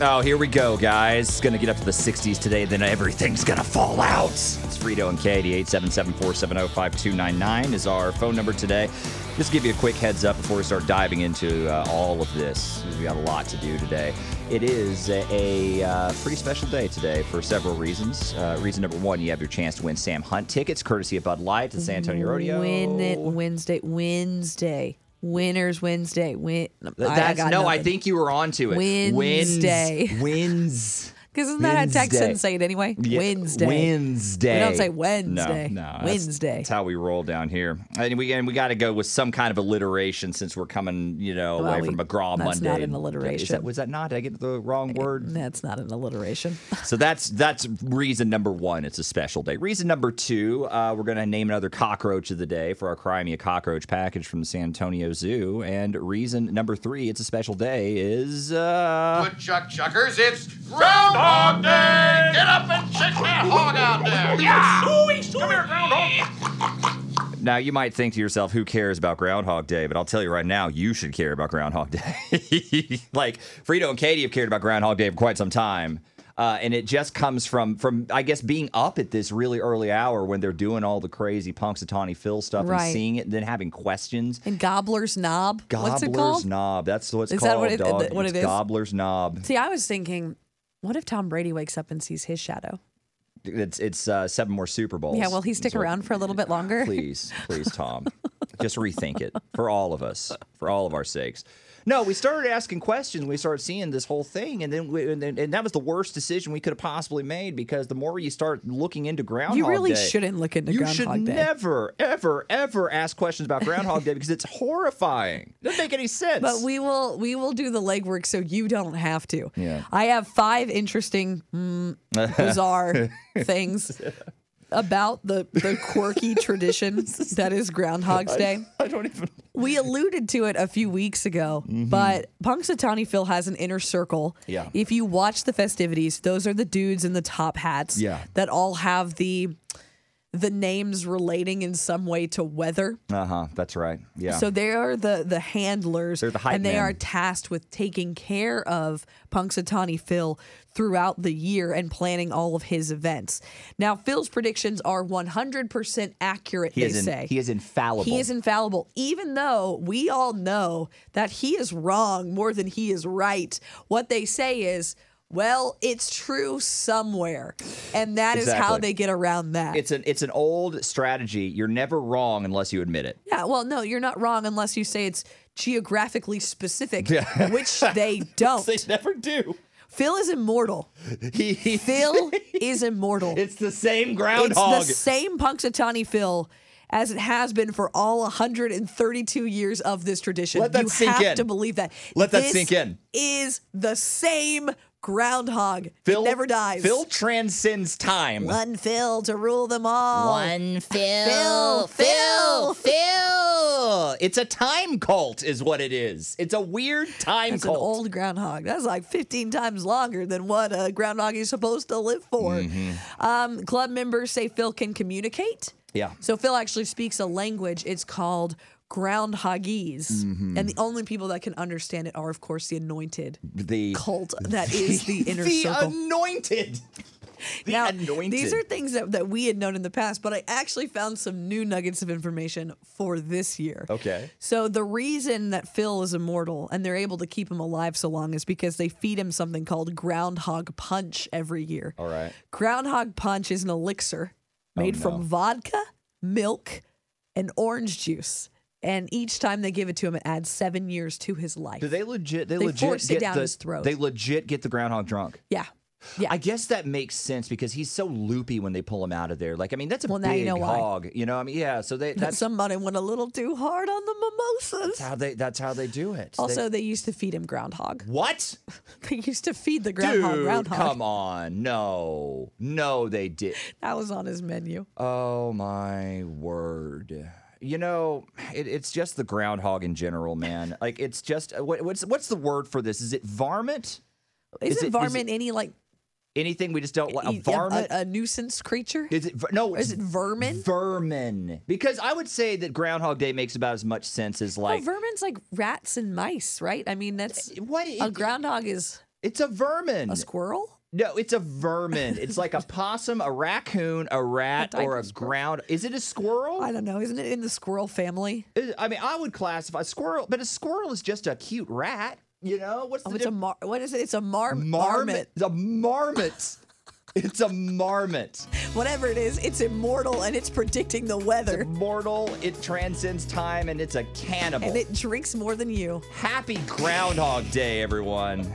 Oh, here we go, guys. It's gonna get up to the 60s today, then everything's gonna fall out. It's Frito and Katie, oh, 877-470-5299 is our phone number today. Just give you a quick heads up before we start diving into uh, all of this. 'cause We got a lot to do today. It is a, a uh, pretty special day today for several reasons. Uh, reason number one, you have your chance to win Sam Hunt tickets, courtesy of Bud Light to the San Antonio Rodeo. Win it Wednesday. Wednesday. Winners Wednesday. Win. Th- I That's got no. I think you were on to it. Wednesday. Wins. because isn't that how Wednesday. Texans say it anyway? Yeah, Wednesday. Wednesday. We don't say No, Wednesday. No, that's- Wednesday. That's how we roll down here, and we and we got to go with some kind of alliteration since we're coming, you know, Well, away we- from a graw that's Monday. not Is an that, alliteration. was that not? Did I get the wrong word? That's not an alliteration. So that's that's reason number one. It's a special day. Reason number two, uh, we're going to name another cockroach of the day for our Crimea cockroach package from the San Antonio Zoo. And reason number three, it's a special day, is uh, Chuck Chuckers, it's Groundhog Day! Get up and shake that hog out there! Come here, Groundhog! now you might think to yourself, who cares about Groundhog Day? But I'll tell you right now, you should care about Groundhog Day. like Frito and Katie have cared about Groundhog Day for quite some time. Uh, and it just comes from from I guess being up at this really early hour when they're doing all the crazy Punxsutawney Phil stuff and Right. seeing it, and then having questions And Gobbler's Knob. What's it Gobbler's called? Knob. That's what it's Is that called, what it- uh, dog. what it's it is? Gobbler's Knob. See, I was thinking, what if Tom Brady wakes up and sees his shadow? It's it's uh, seven more Super Bowls. Yeah, will he stick So around for a little bit longer? Please, please, Tom, just rethink it for all of us, for all of our sakes. No, we started asking questions. We started seeing this whole thing, and then, we, and then and that was the worst decision we could have possibly made because the more you start looking into Groundhog You really Day- shouldn't look into you Groundhog should Day. never, ever, ever ask questions about Groundhog Day because it's horrifying. Doesn't make any sense. But we will we will do the legwork so you don't have to. Yeah. I have five interesting, mm, bizarre things about the the quirky tradition that is Groundhog's Day. I don't even. We alluded to it a few weeks ago, but Punxsutawney Phil has an inner circle. Mm-hmm. Yeah. If you watch the festivities, those are the dudes in the top hats. Yeah. That all have the the names relating in some way to weather. Uh huh. That's right. Yeah. So they are the the handlers, They're the hype and they men. are tasked with taking care of Punxsutawney Phil throughout the year and planning all of his events. Now, Phil's predictions are 100% accurate. He they is in- say he is infallible. He is infallible, even though we all know that he is wrong more than he is right. What they say is. Well, it's true somewhere. And that is how Exactly. they get around that. It's an it's an old strategy. You're never wrong unless you admit it. Yeah, well, no, you're not wrong unless you say it's geographically specific, which they don't. never do. Phil is immortal. He, he- Phil is immortal. it's the same It's groundhog. the same Punxsutawney Phil as it has been for all 132 years of this tradition. Let that you sink have in. to believe that. Let that This sink in. Is the same groundhog. Phil it never dies. Phil transcends time. one Phil to rule them all. Phil, Phil, Phil. It's a time cult, is what it is. It's a weird time That's cult. an old groundhog. That's like 15 times longer than what a groundhog is supposed to live for. Mm-hmm. Um, club members say Phil can communicate. Yeah. So Phil actually speaks a language. It's called groundhogese. Mm-hmm. And the only people that can understand it are, of course, the anointed the cult that is the inner the circle. anointed. The now, anointed. these are things that, that we had known in the past, but I actually found some new nuggets of information for this year. Okay. So the reason that Phil is immortal and they're able to keep him alive so long is because they feed him something called groundhog punch every year. All right. Oh, Groundhog punch is an elixir made from vodka, milk, and orange juice. And each time they give it to him, it adds seven years to his life. Do they legit? They, They legit force it get down the, his throat. They legit get the groundhog drunk. yeah. Yeah. I guess that makes sense because he's so loopy when they pull him out of there. Like, I mean, that's a Well, now big you know why. hog. You know, I mean, yeah. So they that's, Somebody went a little too hard on the mimosas. how they that's how they do it. They- Also, they used to feed him groundhog. what? They used to feed the groundhog Dude, groundhog. come on, no, no, they did. That was on his menu. Oh my word. You know, it, it's just the groundhog in general, man. Like, it's just uh, what, what's what's the word for this? Is it varmint? Isn't it- is varmint any like Anything we just don't like? e- A varmint? a, a nuisance creature? Is it ver- no? Is it's it vermin? Vermin. Because I would say that Groundhog Day makes about as much sense as Oh, like vermin's like rats and mice, right? I mean, that's what a groundhog is It's a vermin. A squirrel? no, it's a vermin. It's like a possum, a raccoon, a rat, What type or a of squirrel? ground. Is it a squirrel? I don't know. Isn't it in the squirrel family? Is- I mean, I would classify squirrel, but a squirrel is just a cute rat. You know what's Oh, the it's a diff- mar- what is it? It's a mar- marmot? It's a marmot. it's a marmot. marmot. Whatever it is, it's immortal and it's predicting the weather. Mortal. It transcends time, and it's a cannibal. And it drinks more than you. Happy Groundhog Day, everyone.